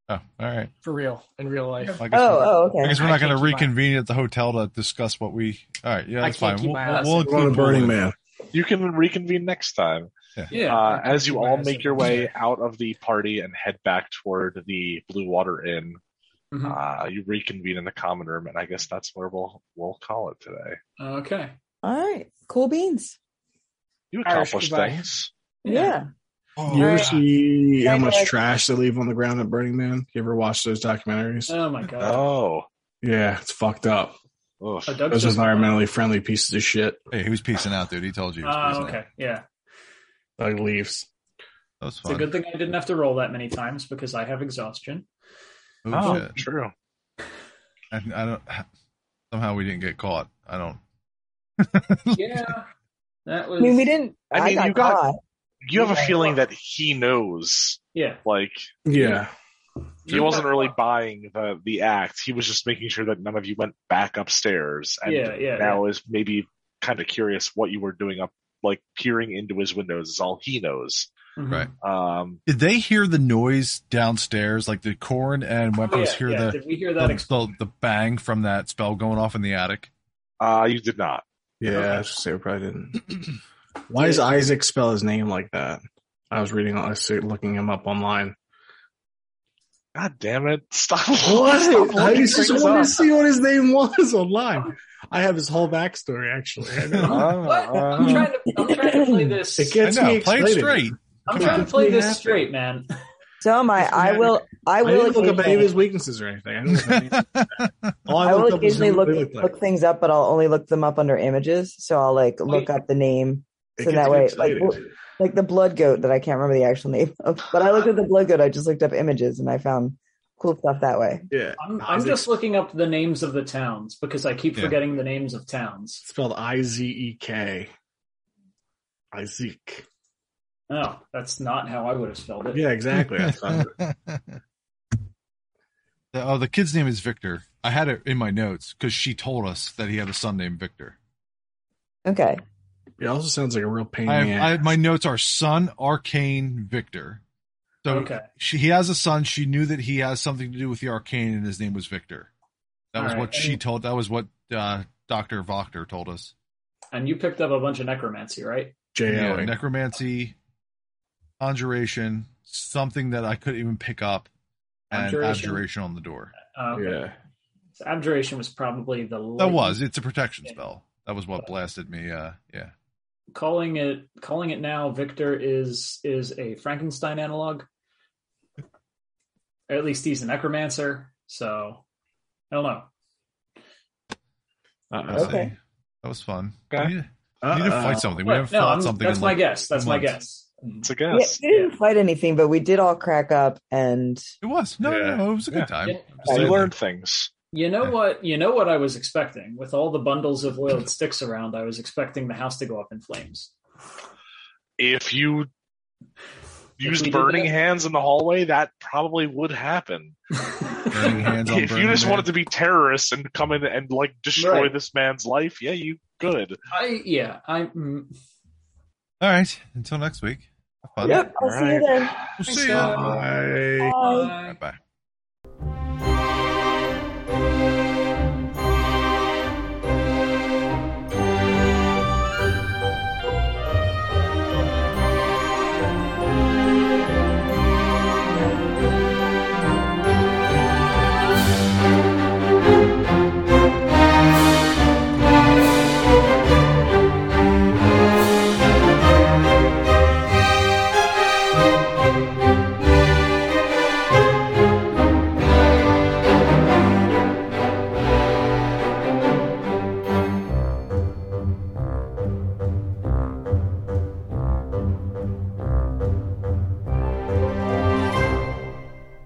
Speaker 8: Oh, all right.
Speaker 4: for real in real life.
Speaker 8: I guess,
Speaker 6: oh,
Speaker 8: we're,
Speaker 6: oh,
Speaker 8: I
Speaker 6: okay.
Speaker 8: guess we're not
Speaker 4: I can't
Speaker 8: going to
Speaker 4: keep my-
Speaker 8: reconvene at the hotel to discuss what we. All right. Yeah,
Speaker 4: I
Speaker 8: that's
Speaker 4: can't
Speaker 8: fine.
Speaker 4: keep
Speaker 8: We'll,
Speaker 4: my
Speaker 8: we'll,
Speaker 4: eyes
Speaker 8: we'll
Speaker 4: on.
Speaker 5: We're on a
Speaker 8: include
Speaker 5: Burning Man.
Speaker 2: You can reconvene next time.
Speaker 3: Yeah.
Speaker 2: Uh, as you
Speaker 4: Right,
Speaker 2: all
Speaker 4: so-
Speaker 2: make your way out of the party and head back toward the Blue Water Inn,
Speaker 3: Mhm.
Speaker 2: uh, you reconvene in the common room, and I guess that's where we'll we'll call it today.
Speaker 3: Okay.
Speaker 6: All right. Cool beans.
Speaker 2: You
Speaker 4: Irish
Speaker 2: accomplished
Speaker 4: goodbye.
Speaker 2: things.
Speaker 6: Yeah.
Speaker 5: You
Speaker 8: Oh,
Speaker 5: ever
Speaker 6: Alright.
Speaker 5: see how
Speaker 6: Bye,
Speaker 5: much
Speaker 6: guys.
Speaker 5: trash they leave on the ground at Burning Man? You ever watch those documentaries?
Speaker 6: Uh,
Speaker 3: Oh my god.
Speaker 2: Oh,
Speaker 5: yeah, it's fucked up.
Speaker 2: Oof.
Speaker 3: Oh, Doug's
Speaker 5: Those
Speaker 3: just-
Speaker 5: environmentally friendly pieces of shit
Speaker 8: hey, he was piecing out, dude. He told you. He was
Speaker 3: Ah,
Speaker 8: piecing out.
Speaker 3: okay. Yeah.
Speaker 5: like leaves.
Speaker 8: That was
Speaker 3: It's a
Speaker 8: fun.
Speaker 3: good thing I didn't have to roll that many times because I have exhaustion.
Speaker 8: Oh,
Speaker 2: Oh,
Speaker 8: shit.
Speaker 2: true.
Speaker 8: I, I don't. Somehow we didn't get caught. I don't.
Speaker 3: Yeah. That was.
Speaker 6: I mean, we didn't.
Speaker 2: I
Speaker 6: I,
Speaker 2: mean,
Speaker 6: got
Speaker 2: you got-
Speaker 6: caught.
Speaker 2: You have a
Speaker 6: Yeah.
Speaker 2: feeling that he knows,
Speaker 3: Yeah.
Speaker 2: like
Speaker 5: Yeah.
Speaker 2: he wasn't really buying the the act. He was just making sure that none of you went back upstairs, and
Speaker 3: Yeah, yeah,
Speaker 2: now is maybe kind of curious what you were doing up, like peering into his windows is all he knows.
Speaker 3: Mhm.
Speaker 8: Right.
Speaker 2: Um,
Speaker 8: Did they hear the noise downstairs? Like the corn and
Speaker 3: Oh, yeah,
Speaker 8: Wempers hear
Speaker 3: yeah.
Speaker 8: the
Speaker 3: Did we hear
Speaker 8: the,
Speaker 3: that? Ex-
Speaker 8: the, the bang from that spell going off in the attic.
Speaker 2: uh, you did not.
Speaker 5: Yeah, I was just say we probably didn't. Why does Isaac spell his name like that? I was reading, I was looking him up online.
Speaker 2: God damn it! Stop.
Speaker 5: What?
Speaker 2: Stop
Speaker 5: I
Speaker 2: looking
Speaker 5: just, just
Speaker 2: things
Speaker 5: wanted to
Speaker 2: up.
Speaker 5: see what his name was online. I have his whole backstory actually. I know.
Speaker 2: Oh,
Speaker 3: What? I'm
Speaker 2: oh.
Speaker 3: trying to. I'm trying to play this.
Speaker 5: It gets
Speaker 8: I know,
Speaker 5: me
Speaker 8: play
Speaker 5: excited.
Speaker 8: it straight.
Speaker 3: I'm
Speaker 8: Come
Speaker 3: trying
Speaker 8: on.
Speaker 3: to play
Speaker 5: It's
Speaker 3: this
Speaker 5: happening.
Speaker 3: straight, man.
Speaker 6: So am I. I will. I
Speaker 5: I
Speaker 6: will
Speaker 5: didn't look up any of
Speaker 6: occasionally,
Speaker 5: his weaknesses or anything. I, didn't look up any- All
Speaker 6: I
Speaker 5: looked
Speaker 6: will
Speaker 5: up was
Speaker 6: occasionally
Speaker 5: who
Speaker 6: look
Speaker 5: they looked like.
Speaker 6: look things up, but I'll only look them up under images. So I'll like look up the name,
Speaker 5: It
Speaker 6: so
Speaker 5: gets
Speaker 6: that
Speaker 5: me
Speaker 6: way,
Speaker 5: excited.
Speaker 6: like, like the blood goat that I can't remember the actual name of. But I looked at the blood goat. I just looked up images and I found cool stuff that way.
Speaker 5: yeah,
Speaker 3: I'm, I'm
Speaker 5: Isaac's-
Speaker 3: just looking up the names of the towns because I keep
Speaker 8: Yeah.
Speaker 3: forgetting the names of towns.
Speaker 5: It's spelled I Z E K. E Isaac.
Speaker 3: Oh, that's not how I would have spelled it.
Speaker 5: Yeah, exactly. That's fine.
Speaker 8: The- oh, the kid's name is Victor. I had it in my notes because she told us that he had a son named Victor.
Speaker 6: Okay.
Speaker 5: It also sounds like a real pain.
Speaker 8: I,
Speaker 5: in the ass.
Speaker 8: I, my notes are son Arcane Victor. So
Speaker 3: Okay.
Speaker 8: she, he has a son. She knew that he has something to do with the arcane, and his name was Victor. That was
Speaker 3: All right,
Speaker 8: what she
Speaker 3: and-
Speaker 8: told. That was what uh, Doctor Voctor told us.
Speaker 3: And you picked up a bunch of necromancy, right?
Speaker 5: J O.
Speaker 8: Yeah, necromancy, conjuration, something that I couldn't even pick up, and
Speaker 3: Abjuration?
Speaker 8: abjuration, on the door.
Speaker 3: Uh, okay.
Speaker 5: Yeah.
Speaker 3: So abjuration was probably the.
Speaker 8: That
Speaker 3: lightning-
Speaker 8: was. It's a protection
Speaker 3: Yeah.
Speaker 8: spell. That was what blasted me. Uh, yeah.
Speaker 3: calling it calling it now victor is is a frankenstein analog at least he's a necromancer so i don't know
Speaker 5: Uh-oh.
Speaker 6: Okay.
Speaker 8: That was fun.
Speaker 2: Okay.
Speaker 8: We need, we
Speaker 2: Uh,
Speaker 8: need to
Speaker 5: Uh-oh.
Speaker 8: fight something. We
Speaker 3: But
Speaker 8: haven't
Speaker 3: no,
Speaker 8: fought
Speaker 3: I'm-
Speaker 8: something.
Speaker 3: that's
Speaker 8: in
Speaker 3: my
Speaker 8: like,
Speaker 3: guess that's my
Speaker 8: months.
Speaker 3: guess
Speaker 2: It's a
Speaker 6: We,
Speaker 2: guess.
Speaker 6: we didn't fight anything, but we did all crack up and
Speaker 8: It was. No,
Speaker 5: Yeah.
Speaker 8: no, no. It was a good
Speaker 5: Yeah.
Speaker 8: time.
Speaker 3: Yeah.
Speaker 8: I'm just
Speaker 2: I
Speaker 8: saying.
Speaker 2: learned things.
Speaker 3: you know
Speaker 8: Yeah.
Speaker 3: what you know what i was expecting with all the bundles of oiled sticks around i was expecting the house to go up in flames
Speaker 2: If you
Speaker 3: we
Speaker 2: used
Speaker 3: did
Speaker 2: burning
Speaker 3: that-
Speaker 2: hands in the hallway, that probably would happen.
Speaker 8: Burning hands on
Speaker 2: if you
Speaker 8: Burning
Speaker 2: just
Speaker 8: Man.
Speaker 2: wanted to be terrorists and come in and like destroy
Speaker 3: Right.
Speaker 2: this man's life, yeah, you could.
Speaker 3: i yeah i mm,
Speaker 8: All right. Until next week. Have fun.
Speaker 6: Yep, I'll see you then.
Speaker 5: Uh-uh.
Speaker 8: We'll see you.
Speaker 5: Bye.
Speaker 6: Bye.
Speaker 8: Bye bye.